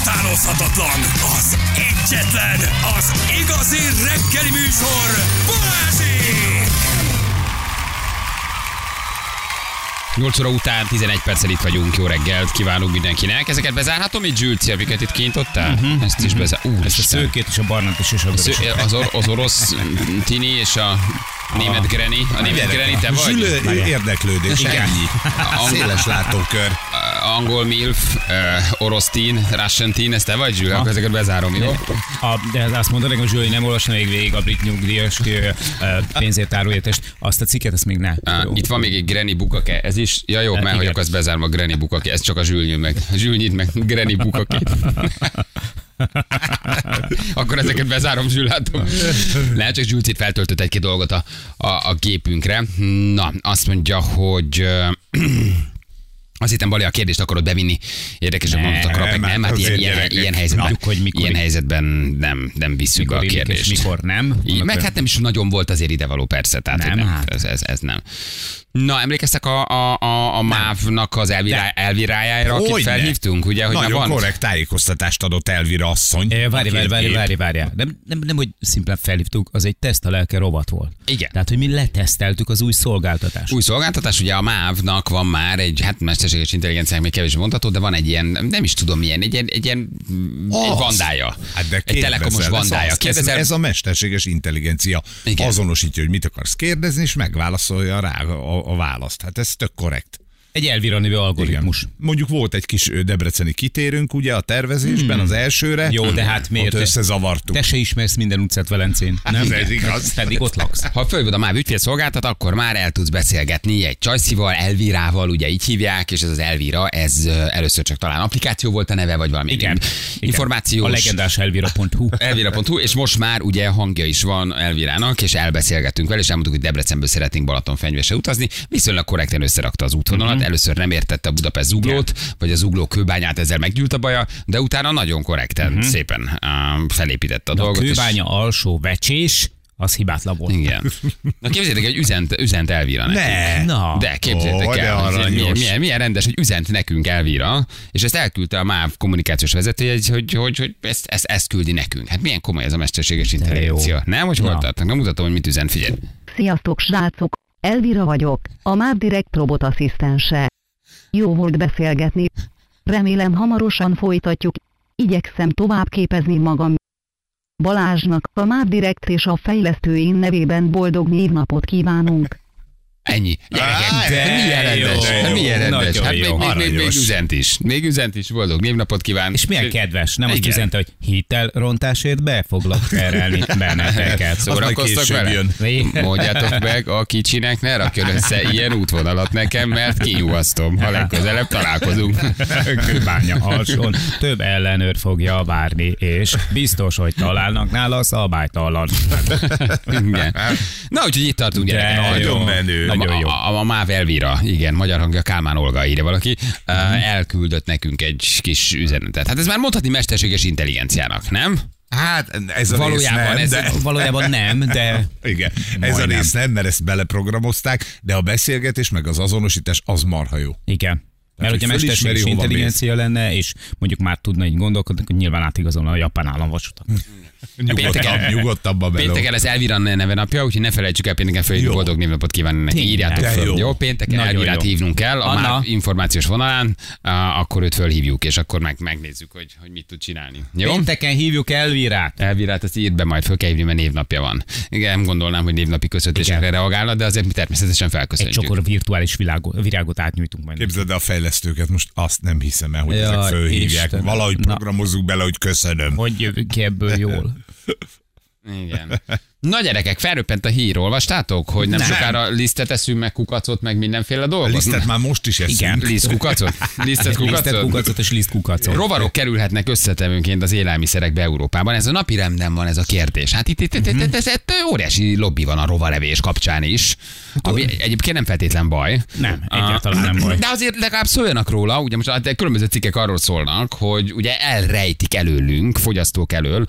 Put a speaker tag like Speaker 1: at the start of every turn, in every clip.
Speaker 1: utánozhatatlan, az egyetlen, az igazi reggeli műsor, Balázsék!
Speaker 2: 8 óra után 11 perccel itt vagyunk, jó reggelt kívánunk mindenkinek. Ezeket bezárhatom itt, Zsülci, amiket itt kint ottál? Uh-huh, Ezt is bezár. Úr,
Speaker 3: Ezt a szőkét és a barnát is, és a vörös.
Speaker 2: az, or- az orosz tini és a német greni. A német greni te vagy?
Speaker 4: Zsülő
Speaker 3: Várjál.
Speaker 4: érdeklődés,
Speaker 2: Igen.
Speaker 4: ennyi.
Speaker 2: Ang-
Speaker 4: Széles látókör.
Speaker 2: Ö, Angol milf, ö, orosz tin, russian tin, ezt te vagy, Zsül? Akkor ezeket bezárom, jó?
Speaker 3: A, de ez azt mondta nekem, hogy Zsuli nem olvasna még végig a brit nyugdíjas ö, ö, pénzért áruljetest. Azt a cikket, ezt még ne.
Speaker 2: Á,
Speaker 3: Jó.
Speaker 2: Itt van még egy Granny Bukake, ez is, ja jó,
Speaker 3: Hát
Speaker 2: mert hagyok,
Speaker 3: igen.
Speaker 2: az bezárva a Granny Bukake, ez csak a zsülnyű meg, a zsülnyit meg Granny Bukake. Akkor ezeket bezárom, zsülátom. Lehet, csak Zsülcit feltöltött egy-két dolgot a, a, a gépünkre. Na, azt mondja, hogy ö, azt hittem, Bali, a kérdést akarod bevinni. Érdekesebb
Speaker 3: Nem,
Speaker 2: mondatokra, meg nem, hát
Speaker 4: azért
Speaker 2: ilyen, ilyen,
Speaker 4: gyerekek.
Speaker 2: ilyen, helyzetben,
Speaker 3: Tudjuk, hogy mikor-
Speaker 2: ilyen helyzetben nem, nem visszük
Speaker 3: mikor
Speaker 2: a
Speaker 3: illik
Speaker 2: kérdést.
Speaker 3: És mikor nem.
Speaker 2: Így, meg hát nem is nagyon volt azért idevaló, persze. Tehát nem,
Speaker 3: Nem,
Speaker 2: nem
Speaker 3: hát.
Speaker 2: ez, ez, ez, nem. Na, emlékeztek a, a, a, a MÁV-nak az elvirá, elvirájára, akit
Speaker 4: Hogyne.
Speaker 2: felhívtunk, ugye, hogy már
Speaker 4: Nagyon
Speaker 2: van?
Speaker 4: korrekt tájékoztatást adott Elvira asszony.
Speaker 3: Ö, Várj,
Speaker 4: A
Speaker 3: várj,
Speaker 4: két
Speaker 3: várj,
Speaker 4: gép.
Speaker 3: várj, várj, Nem, nem, nem, hogy szimplán felhívtuk, az egy teszt a lelke robot volt.
Speaker 2: Igen.
Speaker 3: Tehát, hogy mi leteszteltük az új szolgáltatást.
Speaker 2: Új szolgáltatás, ugye a MÁV-nak van már egy, hát mesterséges intelligenciának még kevés mondható, de van egy ilyen, nem is tudom milyen, egy ilyen, egy ilyen egy
Speaker 4: Az.
Speaker 2: vandája.
Speaker 4: Hát de
Speaker 2: egy telekomos
Speaker 4: kérdezel, ez
Speaker 2: vandája.
Speaker 4: az. Ez,
Speaker 2: Kérdezel,
Speaker 4: ez a mesterséges intelligencia
Speaker 2: Igen.
Speaker 4: azonosítja, hogy mit akarsz kérdezni, és megválaszolja rá a, a választ. Hát ez tök korrekt.
Speaker 3: Egy Elvira nevű algoritmus.
Speaker 4: Mondjuk volt egy kis ö, debreceni kitérünk, ugye, a tervezésben,
Speaker 2: Hmm.
Speaker 4: az elsőre.
Speaker 3: Jó, de hát
Speaker 4: Ott
Speaker 3: miért?
Speaker 4: összezavartuk.
Speaker 3: Te se ismersz minden utcát Velencén.
Speaker 2: Hát
Speaker 4: Nem, ez igaz.
Speaker 3: Pedig ott laksz.
Speaker 2: ha fölhívod a MÁV ügyfélszolgáltat, akkor már el tudsz beszélgetni egy Csajszival, Elvirával, ugye így hívják, és ez az Elvira, ez ö, először csak talán applikáció volt a neve, vagy valami
Speaker 3: Igen.
Speaker 2: információs.
Speaker 3: A legendás elvira.hu.
Speaker 2: Elvira.hu, és most már ugye hangja is van Elvirának, és elbeszélgettünk vele, és elmondtuk, hogy Debrecenből szeretnénk Balatonfenyvesre utazni. Viszonylag korrekten összerakta az útvonalat,
Speaker 3: Mhm.
Speaker 2: mm-hmm. először nem értette a Budapest zuglót, vagy a zugló kőbányát, ezzel meggyűlt a baja, de utána nagyon korrekten, mm-hmm. szépen um, felépítette a
Speaker 3: A
Speaker 2: dolgot. és-
Speaker 3: Mhm. kőbánya alsó vecsés, az hibátlan volt.
Speaker 2: Igen. Na képzeljétek, hogy üzent, üzent Elvira nekünk.
Speaker 4: Ne!
Speaker 3: Na.
Speaker 2: De képzeljétek
Speaker 4: Ó, de
Speaker 2: el, hogy milyen,
Speaker 4: aranyos.
Speaker 2: milyen, milyen, rendes, hogy üzent nekünk Elvira, és ezt elküldte a MÁV kommunikációs vezetője, hogy, hogy, hogy, hogy ezt, ezt, ezt, küldi nekünk. Hát milyen komoly ez a mesterséges intelligencia. Nem, hogy hol
Speaker 3: Na.
Speaker 2: tartanak? Nem mutatom, hogy mit üzen, figyelj.
Speaker 5: Sziasztok srácok, Elvira vagyok, a MÁV Direkt robot asszisztense. Jó volt beszélgetni. Remélem hamarosan folytatjuk. Igyekszem tovább képezni magam. Balázsnak, a MÁV Direkt és a fejlesztőin nevében boldog névnapot kívánunk.
Speaker 2: Ennyi. Gyerekek,
Speaker 4: Á,
Speaker 2: de
Speaker 4: de
Speaker 2: milyen
Speaker 3: jó.
Speaker 2: rendes, hát milyen rendes.
Speaker 3: Nagyon
Speaker 2: Hát még,
Speaker 3: jó.
Speaker 2: még, még, még
Speaker 4: Aranyos.
Speaker 2: üzent is. Még üzent is, boldog névnapot kíván.
Speaker 3: És milyen kedves, nem azt
Speaker 2: Igen.
Speaker 3: üzente, hogy hitelrontásért be foglak terelni benneteket.
Speaker 2: Az
Speaker 3: Szóval
Speaker 4: majd
Speaker 2: Szórakoztak
Speaker 4: később
Speaker 2: vele?
Speaker 4: jön.
Speaker 2: Mondjátok meg a kicsinek, ne rakjon össze ilyen útvonalat nekem, mert kinyúasztom, ha legközelebb találkozunk.
Speaker 3: kőbánya alsón több ellenőr fogja várni, és biztos, hogy találnak nála szabálytalan.
Speaker 2: Igen. Na, úgyhogy itt tartunk gyerekek.
Speaker 3: De
Speaker 2: Nagyon
Speaker 3: jó.
Speaker 2: menő.
Speaker 3: Nagyon
Speaker 2: a,
Speaker 3: jó.
Speaker 2: A, a, a Máv Elvira, igen, magyar hangja Kálmán Olga írja valaki,
Speaker 3: Mhm.
Speaker 2: uh, elküldött nekünk egy kis üzenetet. Hát ez már mondhatni mesterséges intelligenciának, nem?
Speaker 4: Hát ez a
Speaker 2: Valójában
Speaker 4: rész nem,
Speaker 2: ez-
Speaker 4: de...
Speaker 3: Valójában nem, de
Speaker 4: Igen, ez a
Speaker 3: Majdnem.
Speaker 4: rész nem, mert ezt beleprogramozták, de a beszélgetés meg az azonosítás az marha jó.
Speaker 3: igen. Mert
Speaker 4: hogy
Speaker 3: hogyha
Speaker 4: fölismeri,
Speaker 3: mesterséges
Speaker 4: hova
Speaker 3: intelligencia lenne, és mondjuk már tudna így gondolkodni, akkor nyilván átigazolna a japán államvasutat.
Speaker 4: Hm. Nyugodtabb,
Speaker 2: Pénteken-
Speaker 4: nyugodtabban belőle.
Speaker 2: Pénteken lesz Elvira neve napja, úgyhogy ne felejtsük el pénteken föl, hogy
Speaker 4: Jó.
Speaker 2: boldog névnapot kívánni neki.
Speaker 3: Tényleg.
Speaker 2: Írjátok
Speaker 4: De
Speaker 2: föl, jó.
Speaker 4: jó.
Speaker 2: Pénteken
Speaker 3: Nagyon
Speaker 2: Elvirát
Speaker 3: jó.
Speaker 2: hívnunk kell, a
Speaker 3: Anna.
Speaker 2: már információs vonalán, á, akkor őt fölhívjuk, és akkor meg, megnézzük, hogy, hogy mit tud csinálni. Jó?
Speaker 3: Pénteken hívjuk Elvirát.
Speaker 2: Elvirát, ezt írd be, majd föl kell hívni, mert névnapja van. Igen, nem gondolnám, hogy névnapi köszöntésekre
Speaker 3: Igen.
Speaker 2: reagálna, de azért mi természetesen
Speaker 3: Egy
Speaker 2: felköszöntjük.
Speaker 3: csokor virtuális világot, virágot átnyújtunk majd. neki.
Speaker 4: Képzeld el a fejlesztőket, most azt nem hiszem el, hogy
Speaker 3: Jaj,
Speaker 4: ezek fölhívják.
Speaker 3: Istenem.
Speaker 4: Valahogy
Speaker 3: Na.
Speaker 4: programozzuk bele, hogy köszönöm.
Speaker 3: Hogy jövünk ki ebből jól?
Speaker 2: Igen. Na gyerekek, felröppent a hír, olvastátok, hogy nem,
Speaker 4: Nem.
Speaker 2: sokára lisztet eszünk, meg kukacot, meg mindenféle
Speaker 4: A
Speaker 2: dolgot?
Speaker 4: lisztet már most is eszünk.
Speaker 3: Igen.
Speaker 2: Liszt kukacot? Lisztet
Speaker 3: Lisztet
Speaker 2: kukacot?
Speaker 3: kukacot és liszt kukacot.
Speaker 2: Rovarok kerülhetnek összetevőnként az élelmiszerekbe Európában. Ez a napi rendben van ez a kérdés. Hát itt, itt, itt,
Speaker 3: Mhm.
Speaker 2: itt, itt, itt, itt óriási lobby van a rovarevés kapcsán is. Ami egyébként nem feltétlen baj.
Speaker 3: Nem,
Speaker 2: Ah,
Speaker 3: egyáltalán nem baj.
Speaker 2: De azért legalább szóljanak róla, ugye most hát különböző cikkek arról szólnak, hogy ugye elrejtik előlünk, fogyasztók elől,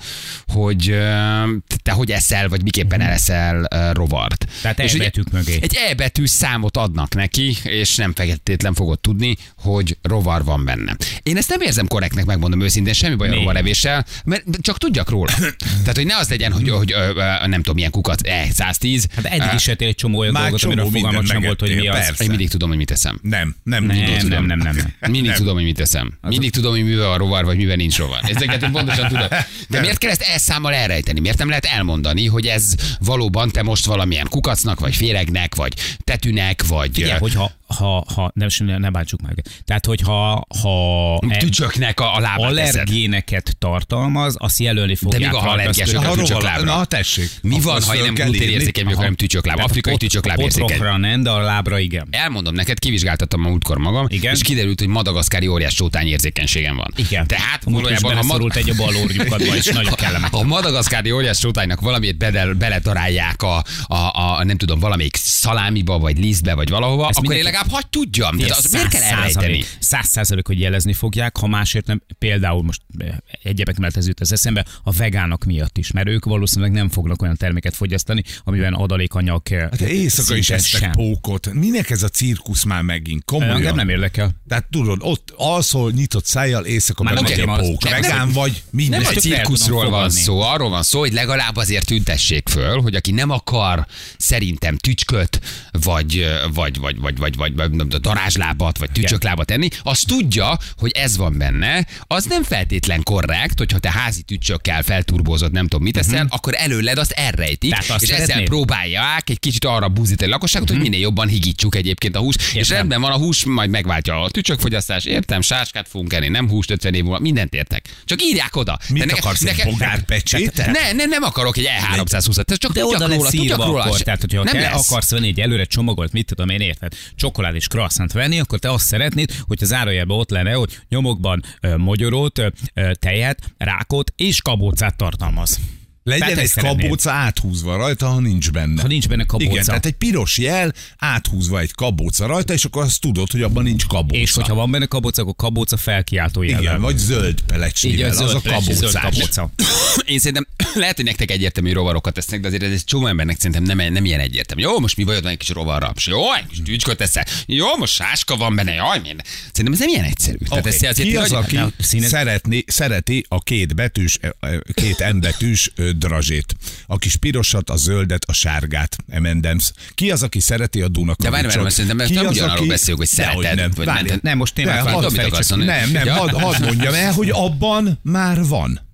Speaker 2: hogy ö, te hogy eszel, vagy miképpen eleszel uh, rovart.
Speaker 3: Mhm. Tehát
Speaker 2: És ugye-
Speaker 3: elbetűk mögé.
Speaker 2: Egy E betű számot adnak neki, és nem feltétlen fogod tudni, hogy rovar van benne. Én ezt nem érzem korrektnek, megmondom őszintén, semmi baj a
Speaker 3: Mi?
Speaker 2: rovarevéssel, mert csak tudjak róla. Tehát, hogy ne az legyen, hogy, hogy ö, ö, nem tudom, ilyen kukat, E, 110.
Speaker 3: Hát eddig is ettél egy csomó olyan
Speaker 4: Már
Speaker 3: dolgot,
Speaker 4: csomó
Speaker 3: amiről fogalmat
Speaker 4: mindent
Speaker 3: sem volt, hogy mi
Speaker 4: megettél,
Speaker 3: az.
Speaker 4: persze.
Speaker 2: Én mindig tudom, hogy mit eszem.
Speaker 4: Nem, nem,
Speaker 3: Nem, nem, nem, nem, nem.
Speaker 2: Mindig tudom, hogy mit eszem. Mindig tudom, hogy mivel van rovar, vagy mivel nincs rovar. Ezeket én pontosan tudom. De miért kell ezt elszámmal elrejteni? Miért nem lehet elmondani, hogy ez valóban te most valamilyen kukacnak, vagy féregnek, vagy tetűnek, vagy
Speaker 3: Ugye,
Speaker 2: ö,
Speaker 3: hogyha, ha, ha, nem, ne, ne bántsuk már őket. Tehát, hogyha ha e-
Speaker 2: tücsöknek a, a lábát eszed.
Speaker 3: allergéneket tartalmaz, azt jelölni fogják.
Speaker 2: még a
Speaker 3: ha
Speaker 2: allergiás-
Speaker 3: azt-
Speaker 2: Na,
Speaker 4: Ha
Speaker 2: Tücsök
Speaker 4: rovar,
Speaker 2: lábra.
Speaker 4: na tessék.
Speaker 2: Mi van,
Speaker 4: Akkor
Speaker 2: ha én nem
Speaker 4: föl kell írni.
Speaker 2: gluténérzékeny vagyok,
Speaker 3: Aha.
Speaker 2: hanem tücsökláb,
Speaker 3: Tehát
Speaker 2: afrikai
Speaker 3: pot-
Speaker 2: tücsökláb érzékeny.
Speaker 3: Potrokra nem, de a lábra igen.
Speaker 2: Elmondom neked, kivizsgáltattam a múltkor magam,
Speaker 3: Igen.
Speaker 2: és kiderült, hogy madagaszkári óriás csótány érzékenységem van.
Speaker 3: Igen.
Speaker 2: Tehát
Speaker 3: Múlt is
Speaker 2: valójában ha
Speaker 3: beleszorult
Speaker 2: mad-
Speaker 3: egy a bal orjukatba, és nagyon kellemetlen.
Speaker 2: Ha a madagaszkári óriás csótánynak valamiért bedel, beletarálják a, a, a, nem tudom, valamelyik szalámiba, vagy lisztbe, vagy valahova,
Speaker 3: Ezt
Speaker 2: akkor én
Speaker 3: mindenki-
Speaker 2: legalább hagyd tudjam. Tehát az miért kell elrejteni?
Speaker 3: Száz százalék, hogy jelezni fogják, ha másért nem, például most eh, egyebek mellett ez jut az eszembe, a vegánok miatt is, mert ők valószínűleg nem fognak olyan terméket fogyasztani, amiben adalékanyag eh,
Speaker 4: Hát éjszaka is esznek
Speaker 3: sem.
Speaker 4: pókot. Minek ez a cirkusz már megint?
Speaker 3: Engem
Speaker 4: Komolyan.
Speaker 3: nem érdekel.
Speaker 4: Tehát tudod, ott alszol nyitott szájjal, éjszaka
Speaker 3: Már
Speaker 4: meg
Speaker 3: nem
Speaker 4: megy
Speaker 3: tudom,
Speaker 4: a
Speaker 3: az-
Speaker 4: pók.
Speaker 3: nem-
Speaker 4: Vegán vagy, minden.
Speaker 2: Nem
Speaker 3: ezt
Speaker 2: a
Speaker 3: tök el
Speaker 2: cirkuszról
Speaker 3: tudom
Speaker 2: van
Speaker 3: fogadni.
Speaker 2: szó, arról van szó, hogy legalább azért tüntessék föl, hogy aki nem akar szerintem tücsköt, vagy, vagy, vagy, vagy, vagy, vagy, vagy nem tudom, darázslábat, vagy tücsöklábat enni, az tudja, hogy ez van benne, az nem feltétlen korrekt, hogyha te házi tücsökkel felturbózod, nem tudom mit eszel, akkor előled azt elrejtik,
Speaker 3: Mhm. Tehát azt
Speaker 2: és ezzel
Speaker 3: szeretnéd? Mhm.
Speaker 2: próbálják egy kicsit arra búzítani a lakosságot, hogy minél jobban higítsuk egyébként a hús, és
Speaker 3: Értem.
Speaker 2: rendben van a hús, majd megváltja a tücsökfogyasztás, értem, sáskát fogunk enni, nem húst 50 év múlva, mindent értek. Csak írják oda.
Speaker 4: Mit
Speaker 2: De
Speaker 4: akarsz, egy bogárpecsétet?
Speaker 2: Ne, ne, nem akarok egy E320-at, csak
Speaker 3: De
Speaker 2: tudjak
Speaker 3: oda
Speaker 2: róla,
Speaker 3: lesz
Speaker 2: tudjak
Speaker 3: írva
Speaker 2: róla.
Speaker 3: akkor. Tehát, hogyha
Speaker 2: nem
Speaker 3: te
Speaker 2: lesz.
Speaker 3: akarsz venni egy előre csomagolt, mit tudom én érted, csokolád és croissant venni, akkor te azt szeretnéd, hogy az árójában ott lenne, hogy nyomokban ö, magyarót, ö, ö, tejet, rákot és kabócát tartalmaz.
Speaker 4: Legyen
Speaker 3: Tehát
Speaker 4: egy
Speaker 3: ezt szeretnéd.
Speaker 4: kabóca áthúzva rajta, ha nincs benne.
Speaker 3: Ha nincs benne kabóca.
Speaker 4: Igen, tehát egy piros jel áthúzva egy kabóca rajta, és akkor azt tudod, hogy abban nincs kabóca.
Speaker 3: És hogyha van benne kabóca, akkor kabóca felkiáltó jellem.
Speaker 4: Igen, vagy zöld
Speaker 3: Így
Speaker 4: pelecsnivel,
Speaker 3: a zöld
Speaker 4: az a
Speaker 3: flash, zöld
Speaker 4: kabócás.
Speaker 3: kabóca.
Speaker 2: Én szerintem lehet, hogy nektek egyértelmű rovarokat tesznek, de azért ez egy csomó embernek szerintem nem, nem ilyen egyértelmű. Jó, most mi vagy van egy kis rovarraps, jó, egy kis tücsköt eszel, jó, most sáska van benne, jaj, minden. Szerintem ez nem ilyen egyszerű. Okay.
Speaker 4: Okay. Ki az, aki
Speaker 3: Na, színe-
Speaker 4: szeretni, szereti a két betűs, ö, ö, két embetűs ö, drazsét? A kis pirosat, a zöldet, a sárgát, M&M's. Ki az, aki szereti a
Speaker 2: De
Speaker 4: Dunakavicsot?
Speaker 2: várj, várj, mert szerintem
Speaker 4: Ki
Speaker 2: nem
Speaker 4: az,
Speaker 2: ugyanarról
Speaker 4: aki-
Speaker 2: beszélünk, hogy
Speaker 4: Dehogy
Speaker 2: szereted,
Speaker 4: Nem,
Speaker 2: vagy
Speaker 4: várj,
Speaker 2: nem.
Speaker 3: Nem, most tényleg
Speaker 4: De,
Speaker 3: fel-
Speaker 4: hadd-
Speaker 2: tudom, mit
Speaker 3: fel-
Speaker 2: akarsz
Speaker 3: csak-
Speaker 2: mondani.
Speaker 4: nem, nem,
Speaker 2: Ja.
Speaker 4: hadd had mondjam el, hogy abban már van.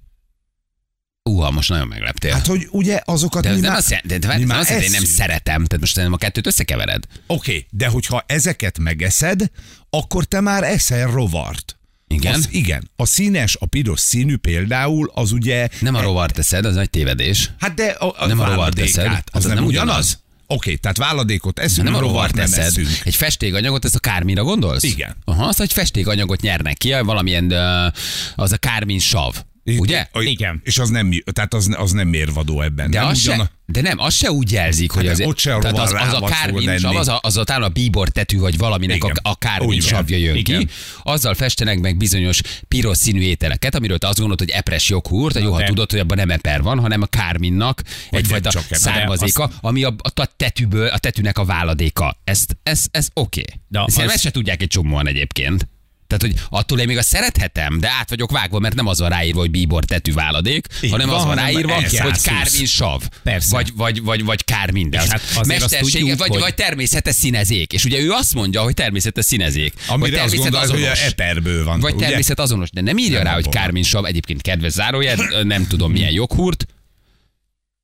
Speaker 2: Uha, most nagyon megleptél.
Speaker 4: Hát, hogy ugye azokat
Speaker 2: De
Speaker 4: mi
Speaker 2: ez nem
Speaker 4: már,
Speaker 2: azt jelenti, de,
Speaker 4: mi
Speaker 2: de, de
Speaker 4: már
Speaker 2: azt jelenti, hogy én nem
Speaker 4: eszünk.
Speaker 2: szeretem, tehát most nem a kettőt összekevered.
Speaker 4: Oké, okay, de hogyha ezeket megeszed, akkor te már eszel rovart.
Speaker 2: Igen.
Speaker 4: Az, igen. A színes, a piros színű például, az ugye...
Speaker 2: Nem a rovar teszed, az nagy tévedés.
Speaker 4: Hát de a, a
Speaker 2: Nem a rovart
Speaker 4: váladékát,
Speaker 2: eszed. Hát
Speaker 4: az,
Speaker 2: az
Speaker 4: nem,
Speaker 2: nem
Speaker 4: ugyanaz?
Speaker 2: ugyanaz.
Speaker 4: Oké, tehát váladékot eszünk,
Speaker 2: Nem a rovar
Speaker 4: rovart nem
Speaker 2: teszed.
Speaker 4: eszünk.
Speaker 2: Egy festékanyagot, ezt a kármira gondolsz?
Speaker 4: Igen.
Speaker 2: Aha, azt egy festékanyagot nyernek ki, valamilyen ö, az a kármin sav. Ugye?
Speaker 4: A-
Speaker 3: Igen.
Speaker 4: És az nem, tehát az, az nem mérvadó ebben.
Speaker 2: De,
Speaker 4: nem
Speaker 2: az se,
Speaker 4: ugyana-
Speaker 2: de nem, az se úgy jelzik, hogy
Speaker 4: de
Speaker 2: az,
Speaker 4: ott se a
Speaker 2: tehát az,
Speaker 4: rovar
Speaker 2: az a
Speaker 4: rávat fogod
Speaker 2: kármin
Speaker 4: enni.
Speaker 2: sav, az a, az a talán a bíbor tetű, vagy valaminek a,
Speaker 4: Igen.
Speaker 2: a kármin
Speaker 4: Úgy van.
Speaker 2: savja jön ki.
Speaker 4: Igen.
Speaker 2: Azzal festenek meg bizonyos piros színű ételeket, amiről te azt gondolod, hogy epres joghurt, de jó, ha
Speaker 3: de-
Speaker 2: tudod, hogy abban nem eper van, hanem a kárminnak egyfajta
Speaker 4: csak eper.
Speaker 2: származéka, ami a, a tetűből, a tetűnek a váladéka. Ezt, ez, ez oké.
Speaker 3: De
Speaker 2: Okay. Szerintem
Speaker 3: az-
Speaker 2: ezt se tudják egy csomóan egyébként. Tehát, hogy attól én még azt szerethetem, de át vagyok vágva, mert nem az van ráírva, hogy bíbor tetű váladék,
Speaker 4: Így
Speaker 2: hanem az
Speaker 4: van,
Speaker 2: van
Speaker 4: hanem
Speaker 2: ráírva,
Speaker 4: ez
Speaker 2: hogy
Speaker 4: játszósz.
Speaker 2: kármin sav.
Speaker 3: Persze.
Speaker 2: Vagy, vagy, vagy, vagy kár minden.
Speaker 3: És
Speaker 2: Az
Speaker 3: hát azért azt
Speaker 2: Mesterséges,
Speaker 3: tudjuk,
Speaker 2: vagy,
Speaker 3: hogy-
Speaker 2: vagy természetes színezék. És ugye ő azt mondja, hogy természetes színezék. vagy
Speaker 4: Amire azt gondolod, hogy a
Speaker 2: természetazonos.
Speaker 4: eperből van.
Speaker 2: Vagy
Speaker 4: ugye?
Speaker 2: természet azonos, de nem írja
Speaker 4: Nem
Speaker 2: rá, hogy
Speaker 4: abból van.
Speaker 2: Kármin Sav, egyébként kedves zárójel, ö, nem tudom milyen joghurt.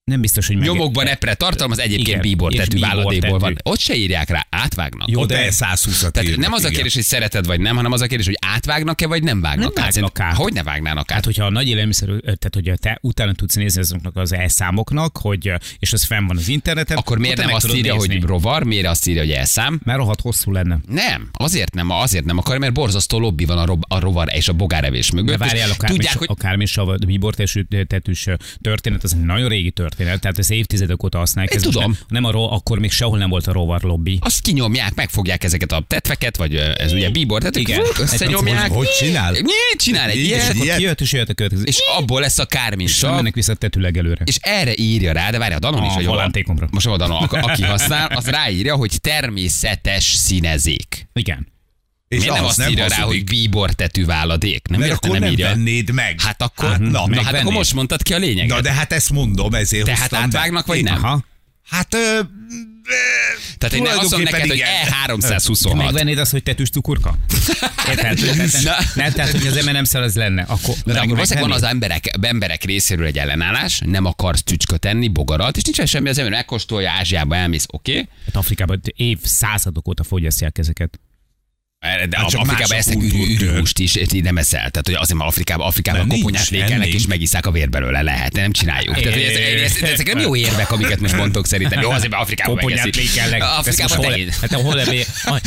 Speaker 3: Nem biztos, hogy meg...
Speaker 2: Nyomokban epre tartalmaz, egyébként
Speaker 3: Igen,
Speaker 2: bíbor
Speaker 3: és
Speaker 2: tetű
Speaker 3: bíbor
Speaker 2: váladékból
Speaker 3: tetű.
Speaker 2: van. Ott se írják rá, átvágnak.
Speaker 4: Jó,
Speaker 2: Ott-
Speaker 4: de 120-at
Speaker 2: Tehát
Speaker 4: írnak,
Speaker 2: nem az a
Speaker 4: igen.
Speaker 2: kérdés, hogy szereted vagy nem, hanem az a kérdés, hogy átvágnak-e vagy nem vágnak
Speaker 3: Nem
Speaker 2: át.
Speaker 3: vágnak
Speaker 2: Szerintem-
Speaker 3: át.
Speaker 2: Hogy ne vágnának
Speaker 3: Hát,
Speaker 2: át?
Speaker 3: hogyha a nagy élelmiszer, ö, tehát hogyha te utána tudsz nézni azoknak az elszámoknak, hogy, ö, és az fenn van az interneten,
Speaker 2: Akkor miért
Speaker 3: te
Speaker 2: nem
Speaker 3: meg
Speaker 2: azt
Speaker 3: tudod
Speaker 2: írja,
Speaker 3: nézni.
Speaker 2: hogy rovar, miért azt írja, hogy elszám?
Speaker 3: Mert rohadt hosszú lenne.
Speaker 2: Nem, azért nem, azért nem akar, mert borzasztó lobby van a, rob, a rovar és a bogárevés mögött.
Speaker 3: De várjál,
Speaker 2: és
Speaker 3: a
Speaker 2: tudják, hogy
Speaker 3: kármisava, a bíbortesű tetűs történet, az egy nagyon régi történet, tehát ezt évtizedek óta használják.
Speaker 2: Én
Speaker 3: most
Speaker 2: tudom.
Speaker 3: Nem, nem a ro- akkor még sehol nem volt a rovar lobby.
Speaker 2: Azt kinyomják, megfogják ezeket a tetveket, vagy ö, ez ugye bíbor, tehát
Speaker 3: Igen.
Speaker 2: Igen. összenyomják.
Speaker 4: Hogy- hogy csinál?
Speaker 2: Nyí, csinál egy ilyet,
Speaker 3: Akkor
Speaker 4: ilyet?
Speaker 3: kijött és jöhet a következő.
Speaker 2: és abból lesz a kármin
Speaker 3: és nem mennek vissza tetőleg előre.
Speaker 2: és erre írja rá, de várj, a Danon
Speaker 3: A
Speaker 2: is, hogy
Speaker 3: halántékomra.
Speaker 2: most a Danon, ak- aki használ, az ráírja, hogy természetes színezék.
Speaker 3: Igen.
Speaker 4: És
Speaker 2: Miért nem
Speaker 4: az
Speaker 2: azt
Speaker 4: nem
Speaker 2: írja rá, hogy
Speaker 4: hazudik.
Speaker 2: bíbor tetűváladék? Nem,
Speaker 4: Mert
Speaker 2: miért
Speaker 4: akkor
Speaker 2: nem,
Speaker 4: nem
Speaker 2: írja?
Speaker 4: vennéd meg.
Speaker 2: Hát akkor,
Speaker 4: Hát
Speaker 2: hát,
Speaker 4: na,
Speaker 2: na, na, hát
Speaker 3: megvennéd.
Speaker 2: akkor most mondtad ki a lényeget.
Speaker 4: Na de hát ezt mondom, ezért
Speaker 2: Tehát
Speaker 4: hoztam be.
Speaker 2: átvágnak, vagy
Speaker 4: Én-
Speaker 2: nem?
Speaker 3: Aha.
Speaker 4: Hát ö,
Speaker 2: Tehát én nem azt mondom neked, hogy E
Speaker 4: tulajdonképpen
Speaker 3: Te
Speaker 2: E326.
Speaker 3: megvennéd azt, hogy tetűs cukurka? Érted?
Speaker 2: Na.
Speaker 3: Tehát- Nem, tehát hogy az nem szer az lenne. Akkor,
Speaker 2: Na, de akkor valószínűleg van az
Speaker 3: megvennéd?
Speaker 2: emberek, emberek részéről egy ellenállás, nem akarsz tücsköt enni, bogarat, és nincsen semmi, az ember megkóstolja, Ázsiába elmész, oké? Okay?
Speaker 3: Hát Afrikában évszázadok óta fogyasztják ezeket.
Speaker 2: De
Speaker 4: Hát
Speaker 2: hát
Speaker 4: csak más
Speaker 2: Afrikában
Speaker 4: a
Speaker 2: esznek
Speaker 4: kultúrkör.
Speaker 2: ürűhúst is, ti nem eszel. Tehát hogy azért, mert Afrikában, Afrikában
Speaker 4: Mert
Speaker 2: koponyát
Speaker 4: nincs,
Speaker 2: lékelnek
Speaker 4: ennénk.
Speaker 2: és megiszák a vér belőle. Lehet, nem csináljuk. Tehát, hogy ez, ez, ez, ezek nem jó érvek, amiket most mondtok szerintem. Jó, azért, mert Afrikában
Speaker 3: Koponyát
Speaker 2: megeszik.
Speaker 3: lékelnek.
Speaker 2: Afrikában
Speaker 3: hol,
Speaker 2: tehén.
Speaker 3: hát hol ebbe,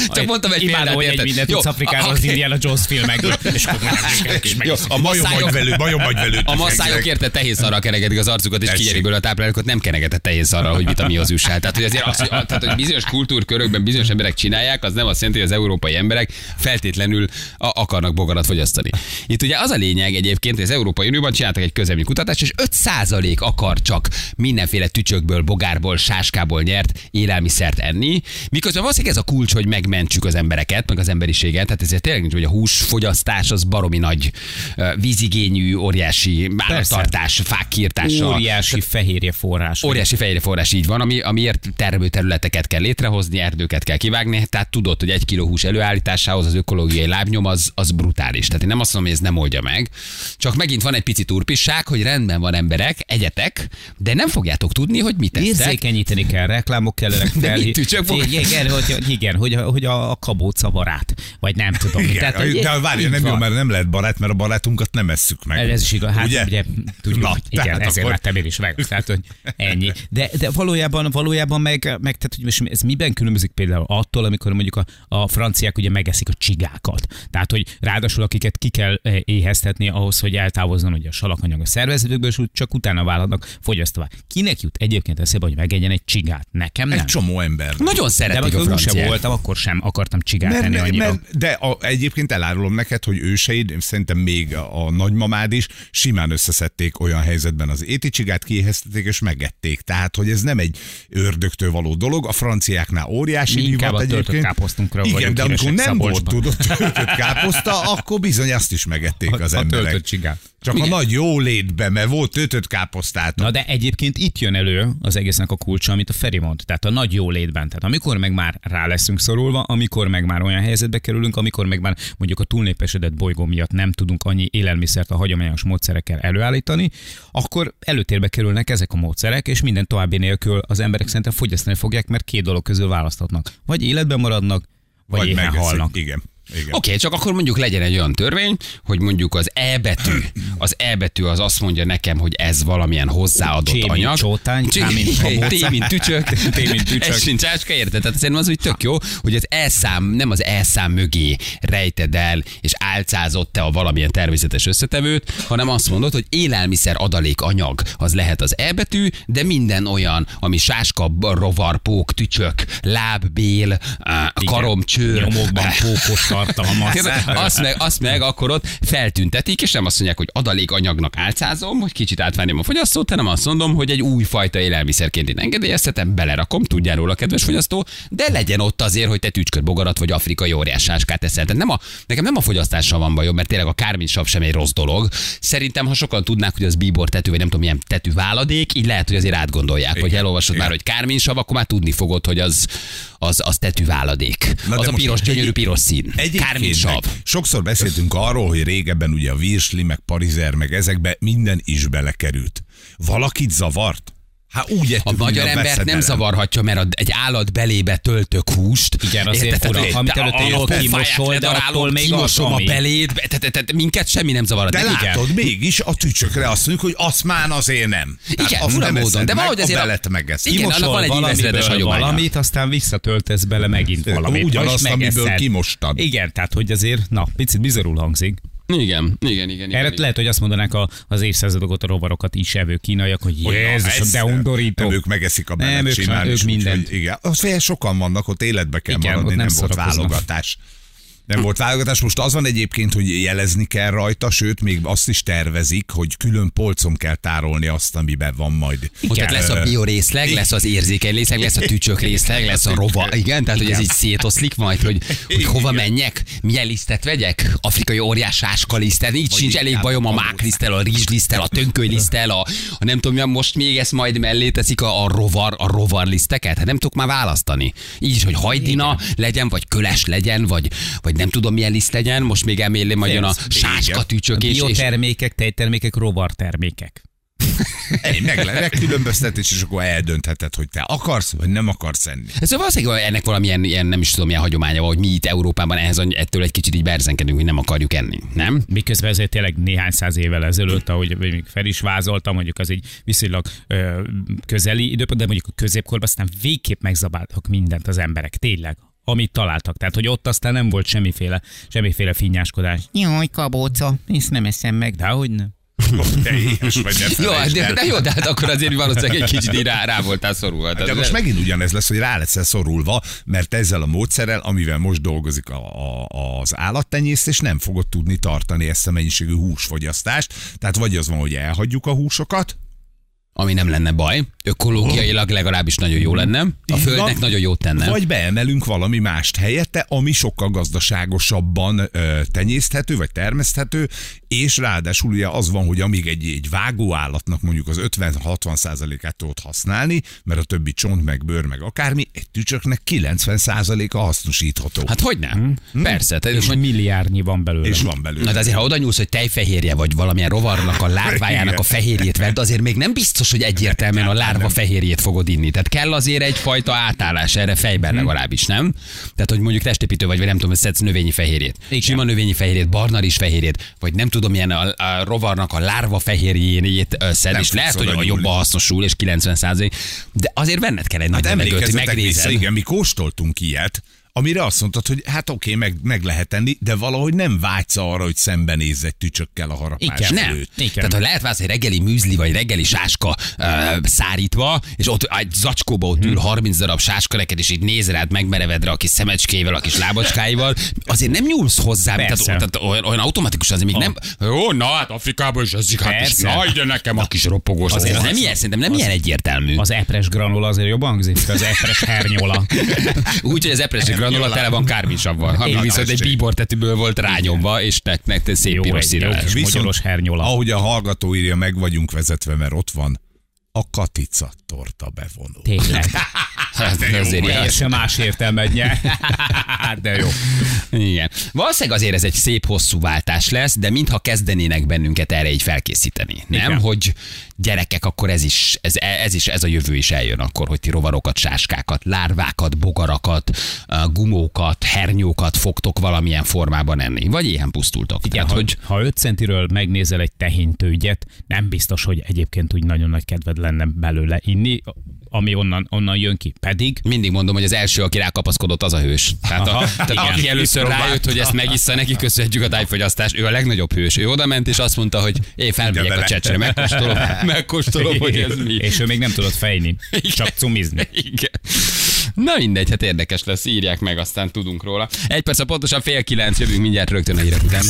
Speaker 2: Csak mondtam egy
Speaker 3: Imádom,
Speaker 2: példát,
Speaker 3: hogy egy
Speaker 2: érted?
Speaker 3: mindent
Speaker 2: Jó,
Speaker 3: tudsz Afrikáról az
Speaker 2: oké.
Speaker 3: Indiana Jones filmekből. És akkor megvennéd, és
Speaker 4: jó,
Speaker 3: megiszod.
Speaker 4: a majom
Speaker 2: masszájok-
Speaker 4: vagy velő, majom vagy velő.
Speaker 2: A masszájok érte tehén szarra kenegetik az arcukat, és
Speaker 4: Tessék.
Speaker 2: kinyeri bőle a táplálékot, nem kenegetett tehén szarra, hogy mit a mi az USA. Tehát, hogy azért az, hogy, tehát, hogy bizonyos kultúrkörökben bizonyos emberek csinálják, az nem azt jelenti, hogy az európai emberek feltétlenül a- akarnak bogarat fogyasztani. Itt ugye az a lényeg egyébként, hogy az Európai Unióban csináltak egy közemű kutatást, és 5% akar csak mindenféle tücsökből, bogárból, sáskából nyert élelmiszert enni, miközben valószínűleg ez a kulcs, hogy megmentsük az embereket, meg az emberiséget, tehát ezért tényleg nincs, hogy a húsfogyasztás az baromi nagy ö, vízigényű, óriási állattartás, fák kiirtása.
Speaker 3: Óriási fehérje forrás.
Speaker 2: Óriási fehérje forrás így van, ami, amiért termőterületeket kell létrehozni, erdőket kell kivágni, tehát tudod, hogy egy kiló hús előállításához az ökológiai lábnyom az, az brutális. Tehát én nem azt mondom, hogy ez nem oldja meg, csak megint van egy pici turpisság, hogy rendben van emberek, egyetek, de nem fogjátok tudni, hogy mit tesztek.
Speaker 3: Érzékenyíteni kell, reklámok kellene fel.
Speaker 2: mit tücsök fog-
Speaker 3: igen, hogy, igen, hogy, hogy a, a kabóca barát, vagy nem tudom.
Speaker 4: Igen,
Speaker 3: hogy-
Speaker 4: de várj,
Speaker 3: így
Speaker 4: nem jó,
Speaker 3: van.
Speaker 4: mert nem lehet barát, mert a barátunkat nem esszük meg.
Speaker 3: Ez, ez is igaz, hát ugye, ugye tudjuk,
Speaker 4: Na,
Speaker 3: hogy igen,
Speaker 4: tehát
Speaker 3: ezért
Speaker 4: akkor-
Speaker 3: láttam én is meg. Tehát, hogy ennyi. De, de valójában, valójában meg, meg tehát, hogy most ez miben különbözik például attól, amikor mondjuk a, a franciák ugye megeszik a csigákat. Tehát, hogy ráadásul akiket ki kell eh, éheztetni ahhoz, hogy eltávozzon ugye a salakanyag a szervezetükből, és úgy csak utána vállalnak fogyasztva. Kinek jut egyébként eszébe, hogy megenjen egy csigát? Nekem nem.
Speaker 4: Egy csomó ember.
Speaker 2: Nagyon
Speaker 3: de
Speaker 2: szeretik a
Speaker 3: amikor sem
Speaker 2: franciák.
Speaker 3: voltam, akkor sem akartam csigát
Speaker 4: Mert,
Speaker 3: enni
Speaker 4: mert,
Speaker 3: annyira.
Speaker 4: mert, de a, egyébként elárulom neked, hogy őseid, szerintem még a, a nagymamád is simán összeszedték olyan helyzetben az éticsigát, kiéheztették és megették. Tehát, hogy ez nem egy ördögtől való dolog, a franciáknál óriási
Speaker 3: Mi inkább
Speaker 4: divat
Speaker 3: a töltött
Speaker 4: egyébként.
Speaker 3: káposztunkra
Speaker 4: Igen,
Speaker 3: vagyunk
Speaker 4: de amikor nem
Speaker 3: híresek
Speaker 4: volt
Speaker 3: Szabolcsban.
Speaker 4: tudott töltött káposzta, akkor bizony azt is megették az
Speaker 3: a
Speaker 4: emberek.
Speaker 3: töltött csigát.
Speaker 4: Csak a nagy jólétbe, mert volt töltött káposztátok.
Speaker 3: Na de egyébként itt jön elő az egésznek a kulcsa, amit a Feri mond, tehát a nagy jólétben. Tehát amikor meg már rá leszünk szorulva, amikor meg már olyan helyzetbe kerülünk, amikor meg már mondjuk a túlnépesedett bolygó miatt nem tudunk annyi élelmiszert a hagyományos módszerekkel előállítani, akkor előtérbe kerülnek ezek a módszerek, és minden további nélkül az emberek szerintem fogyasztani fogják, mert két dolog közül választhatnak. Vagy életben maradnak, vagy, vagy éhen
Speaker 4: megeszik.
Speaker 3: halnak.
Speaker 4: Igen. Igen.
Speaker 2: Oké, okay, csak akkor mondjuk legyen egy olyan törvény, hogy mondjuk az E betű, az E betű az azt mondja nekem, hogy ez valamilyen hozzáadott
Speaker 3: Csé, mint
Speaker 2: anyag.
Speaker 3: csótány,
Speaker 2: Csé,
Speaker 3: ká, mint kabóca.
Speaker 2: Té, mint tücsök.
Speaker 3: Té, mint tücsök.
Speaker 2: Ez sincs áska, érted? Tehát szerintem az úgy tök jó, hogy az E szám, nem az E szám mögé rejted el, és álcázott te a valamilyen természetes összetevőt, hanem azt mondod, hogy élelmiszer adalék anyag, az lehet az E betű, de minden olyan, ami sáska, rovar, pók, tücsök, láb, bél, á, karom, csőr,
Speaker 3: Nyomokban pókot tartalmaz.
Speaker 2: Tényleg, Hát, azt meg, azt meg akkor ott feltüntetik, és nem azt mondják, hogy adalékanyagnak álcázom, hogy kicsit átvárjam a fogyasztót, hanem azt mondom, hogy egy újfajta élelmiszerként én engedélyeztetem, belerakom, tudjál róla, kedves fogyasztó, de legyen ott azért, hogy te tücsköd bogarat vagy afrikai óriás sáskát eszel. Tehát nem a, nekem nem a fogyasztással van bajom, mert tényleg a kárminsav sem egy rossz dolog. Szerintem, ha sokan tudnák, hogy az bíbor tetű, vagy nem tudom, milyen tetű váladék, így lehet, hogy azért átgondolják, hogy elolvasod már, hogy kárminsav, akkor már tudni fogod, hogy az, az, az tetű váladék.
Speaker 4: Na, de
Speaker 2: az a
Speaker 4: most
Speaker 2: piros,
Speaker 4: egy-
Speaker 2: gyönyörű piros szín.
Speaker 4: Egyébként
Speaker 2: Kárminsav.
Speaker 4: meg sokszor beszéltünk arról, hogy régebben ugye a virsli, meg parizer, meg ezekbe minden is belekerült. Valakit zavart? Hát úgy ettük,
Speaker 2: A magyar
Speaker 4: mint
Speaker 2: embert nem
Speaker 4: veszedelem.
Speaker 2: zavarhatja, mert a- egy állat belébe töltök húst.
Speaker 3: Igen, azért
Speaker 2: Érted?
Speaker 3: fura,
Speaker 2: Tehát,
Speaker 3: amit
Speaker 2: te-
Speaker 3: előtte
Speaker 2: a-
Speaker 3: jól
Speaker 2: a pofáját
Speaker 3: kimosol, de
Speaker 2: ledarálom,
Speaker 3: attól még az,
Speaker 2: kimosom a
Speaker 3: ami-
Speaker 2: belét, tehát- tehát tehát minket semmi nem zavarhat.
Speaker 4: De
Speaker 2: Igen.
Speaker 4: látod, mégis a tücsökre azt mondjuk, hogy azt már azért nem. Tehát
Speaker 2: Igen,
Speaker 4: azt
Speaker 2: fura
Speaker 4: nem
Speaker 2: módon,
Speaker 4: eszed
Speaker 2: de
Speaker 4: meg,
Speaker 2: valahogy azért
Speaker 4: A
Speaker 2: a-
Speaker 4: belet megeszed.
Speaker 2: Igen,
Speaker 3: Kimosol
Speaker 2: annak van egy
Speaker 3: valamiből
Speaker 2: ívezredes hagyománya.
Speaker 3: valamit, aztán visszatöltesz bele megint valamit.
Speaker 4: Ugyanazt,
Speaker 3: és megeszed.
Speaker 4: amiből kimostad.
Speaker 3: Igen, tehát hogy azért, na, picit bizarul hangzik.
Speaker 2: Igen, igen, igen. igen,
Speaker 3: Erre
Speaker 2: igen.
Speaker 3: lehet, hogy azt mondanák a, az évszázadok óta rovarokat is evő kínaiak, hogy Jézusom, de undorító.
Speaker 4: Nem, ők megeszik a
Speaker 3: Nem,
Speaker 4: belenet
Speaker 3: ők-
Speaker 4: simán,
Speaker 3: ők
Speaker 4: és úgy,
Speaker 3: mindent.
Speaker 4: hogy igen. Azt mondja, sokan vannak, ott életbe kell
Speaker 3: Igen,
Speaker 4: maradni,
Speaker 3: ott nem
Speaker 4: nem, volt
Speaker 3: szórakoznak.
Speaker 4: válogatás. Nem volt válogatás, most az van egyébként, hogy jelezni kell rajta, sőt, még azt is tervezik, hogy külön polcon kell tárolni azt, amiben van majd.
Speaker 2: Hogy tehát lesz a
Speaker 4: Ö,
Speaker 2: bio részleg, lesz az érzékeny részleg, lesz a tücsök részleg, lesz a rova. Igen, tehát hogy ez így szétoszlik majd, hogy, hogy hova menjek, milyen lisztet vegyek, afrikai óriás áskalisztet, így sincs elég
Speaker 4: inkább
Speaker 2: bajom a
Speaker 4: magót.
Speaker 2: máklisztel, a rizslisztel, a tönkölylisztel, a, a nem tudom, milyen, most még ezt majd mellé teszik a, a rovar, a rovar liszteket. Hát nem tudok már választani. Így is, hogy hajdina legyen, vagy köles legyen, vagy, vagy nem tudom milyen liszt legyen, most még emélé majd jön a
Speaker 4: Persze, igen.
Speaker 2: sáska tücsök, és, és
Speaker 3: Biotermékek, tejtermékek, rovartermékek.
Speaker 4: Egy meg megkülönböztetés, és akkor eldöntheted, hogy te akarsz, vagy nem akarsz enni.
Speaker 2: Szóval valószínűleg ennek valamilyen, ilyen, nem is tudom, milyen hagyománya van, hogy mi itt Európában ehhez, any- ettől egy kicsit így berzenkedünk, hogy nem akarjuk enni, nem?
Speaker 3: Miközben ezért tényleg néhány száz évvel ezelőtt, ahogy még fel is vázoltam, mondjuk az egy viszonylag ö, közeli időpont, de mondjuk a középkorban aztán végképp megzabáltak mindent az emberek, tényleg amit találtak. Tehát, hogy ott aztán nem volt semmiféle, semmiféle finnyáskodás.
Speaker 6: Jaj, kabóca, ezt nem eszem meg.
Speaker 3: De hogy nem.
Speaker 4: Te éhes vagy,
Speaker 3: hát
Speaker 4: ne
Speaker 2: Jó,
Speaker 4: felejtsd
Speaker 2: de,
Speaker 4: el.
Speaker 2: de jó, de hát akkor azért valószínűleg egy kicsit így rá, rá voltál szorulva. hát
Speaker 4: Hát De
Speaker 2: Tehát
Speaker 4: most megint ugyanez lesz, hogy rá leszel szorulva, mert ezzel a módszerrel, amivel most dolgozik a, a, az állattenyésztés, nem fogod tudni tartani ezt a mennyiségű húsfogyasztást. Tehát vagy az van, hogy elhagyjuk a húsokat,
Speaker 2: Ami nem lenne baj, ökológiailag legalábbis nagyon jó lenne, a
Speaker 4: Így
Speaker 2: földnek
Speaker 4: van.
Speaker 2: nagyon jót tenne.
Speaker 4: vagy beemelünk valami mást helyette, ami sokkal gazdaságosabban ö, tenyészthető, vagy termeszthető, és ráadásul ugye az van, hogy amíg egy, egy vágóállatnak mondjuk az 50-60 százalékát tudod használni, mert a többi csont, meg bőr, meg akármi, egy tücsöknek 90 százaléka hasznosítható.
Speaker 2: Hát hogy nem?
Speaker 4: Hm?
Speaker 2: Persze. Tehát
Speaker 3: És
Speaker 2: most-
Speaker 3: milliárdnyi van belőle.
Speaker 4: és van belőle.
Speaker 2: Na de Hát azért, ha oda nyúlsz, hogy tejfehérje vagy valamilyen rovarnak a lárvájának a fehérjét vedd, azért még nem biztos, hogy egyértelműen a lárva fehérjét fogod inni. Tehát kell azért egyfajta átállás erre
Speaker 4: Hm.
Speaker 2: fejben legalábbis, nem? Tehát, hogy mondjuk testépítő vagy, vagy nem tudom, hogy szedsz növényi fehérjét. Igen. Sima növényi fehérjét, barna is fehérjét, vagy nem tudom, milyen a, a rovarnak a lárva fehérjét ö, szed,
Speaker 4: Nem
Speaker 2: és
Speaker 4: fogsz
Speaker 2: lehet, hogy
Speaker 4: oda
Speaker 2: a
Speaker 4: nyúlni.
Speaker 2: jobban hasznosul, és 90 de azért venned kell egy nagy
Speaker 4: Hát
Speaker 2: levegőt, hogy
Speaker 4: emlékezzetek vissza,
Speaker 2: megnézed.
Speaker 4: igen, mi kóstoltunk ilyet, amire azt mondtad, hogy hát oké, meg, meg lehet enni, de valahogy nem vágysz arra, hogy szembenézz egy tücsökkel a harapás
Speaker 2: Igen, nem.
Speaker 4: előtt.
Speaker 2: Igen. Tehát, ha lehet válsz egy reggeli műzli, vagy reggeli sáska ö, szárítva, és ott egy zacskóba ott ül 30 darab sáska neked, és így néz rád megmerevedre a kis szemecskével, a kis lábacskáival, azért nem nyúlsz hozzá, tehát,
Speaker 3: Persze.
Speaker 2: tehát olyan, olyan automatikusan, azért még nem... Jó, na hát Afrikában is eszik, hát és
Speaker 3: Persze.
Speaker 2: na, ide nekem a kis ropogós. Azért az nem ilyen, szerintem nem ilyen egyértelmű.
Speaker 3: Az epres granola azért jobban hangzik, mint az epres hernyola.
Speaker 2: Úgyhogy az epresi granola tele van kárminsavval, ami
Speaker 4: Én
Speaker 2: viszont egy
Speaker 4: tessék.
Speaker 2: bíbortetűből volt rányomva, és nektek te szép
Speaker 3: Jó,
Speaker 2: piros
Speaker 3: egy jó
Speaker 2: színe.
Speaker 3: kis mogyoros hernyola.
Speaker 4: ahogy a hallgató írja, meg vagyunk vezetve, mert ott van a katica torta bevonó.
Speaker 3: Tényleg.
Speaker 2: Hát, Azért ilyen.
Speaker 3: Teljesen más értelmet nyer. Hát De jó.
Speaker 2: Igen. Valószínűleg azért ez egy szép hosszú váltás lesz, de mintha kezdenének bennünket erre így felkészíteni. Nem, Igen.
Speaker 3: Igen.
Speaker 2: hogy gyerekek, akkor ez is ez, ez is, ez a jövő is eljön akkor, hogy ti rovarokat, sáskákat, lárvákat, bogarakat, ö, gumókat, hernyókat fogtok valamilyen formában enni. Vagy ilyen pusztultok.
Speaker 3: Igen,
Speaker 2: Tehát,
Speaker 3: ha,
Speaker 2: Hát, hogy
Speaker 3: hogy... ha 5 centiről megnézel egy tehintőgyet, nem biztos, hogy egyébként úgy nagyon nagy kedved lenne belőle inni, ami onnan, onnan jön ki. Pedig
Speaker 2: mindig mondom, hogy az első, aki rákapaszkodott, az a hős. Tehát, a,
Speaker 3: Aha,
Speaker 2: tehát
Speaker 3: igen.
Speaker 2: aki először rájött, hogy ezt megissza, neki köszönhetjük a tájfogyasztást, ő a legnagyobb hős. Ő oda ment és azt mondta, hogy én felmegyek a
Speaker 4: bele.
Speaker 2: csecsre, megkóstolom, megkóstolom, hogy ez mi.
Speaker 3: És ő még nem tudott fejni, csak cumizni.
Speaker 2: Igen. Na mindegy, hát érdekes lesz, írják meg, aztán tudunk róla. Egy perc, a pontosan fél kilenc, jövünk mindjárt rögtön a hírek után.